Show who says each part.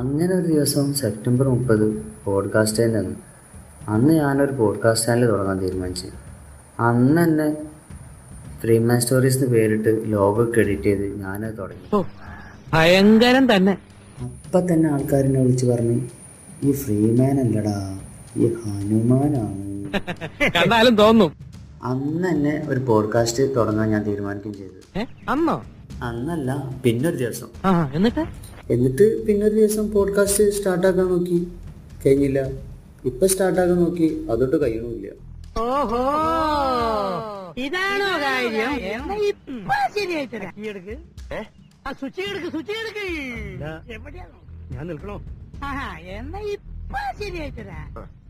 Speaker 1: അങ്ങനെ ഒരു ദിവസം സെപ്റ്റംബർ മുപ്പത് പോഡ്കാസ്റ്റ് ചാനൽ വന്നു അന്ന് ഞാനൊരു പോഡ്കാസ്റ്റ് ചാനൽ തുടങ്ങാൻ തീരുമാനിച്ചു അന്ന് തന്നെ ഫ്രീമാൻ സ്റ്റോറീസ് എന്ന് പേരിട്ട് ലോഗൊക്കെ എഡിറ്റ് ചെയ്ത് ഞാനത് തുടങ്ങി
Speaker 2: ഭയങ്കരം തന്നെ
Speaker 1: അപ്പം തന്നെ ആൾക്കാരെന്നെ വിളിച്ച് പറഞ്ഞു ഈ ഫ്രീമാൻ അല്ലടാ ഈ ഹനുമാനാണ്
Speaker 2: കണ്ടാലും തോന്നും
Speaker 1: അന്ന് തന്നെ ഒരു പോഡ്കാസ്റ്റ് തുടങ്ങാൻ ഞാൻ തീരുമാനിക്കുകയും ചെയ്തു
Speaker 2: ഏ? അന്നോ
Speaker 1: അന്നല്ല പിന്നൊരു ദിവസം
Speaker 2: ആ എന്നിട്ട്
Speaker 1: എന്നിട്ട് പിന്നൊരു ദിവസം പോഡ്കാസ്റ്റ് സ്റ്റാർട്ടാക്കാൻ നോക്കി കഴിഞ്ഞില്ല ഇപ്പം സ്റ്റാർട്ടാക്കാൻ നോക്കി അതോട്ട് കഴിയണമില്ല
Speaker 2: ഓഹോ ഇതാണോ കാര്യം ശരിയായിട്ട് ആ സ്വിച്ച് എടുക്ക് സ്വിച്ച് എടുക്ക് എവിടെയാണോ ഞാൻ നിൽക്കണോ എന്നാ ഇപ്പൊ ശരിയായിട്ടാ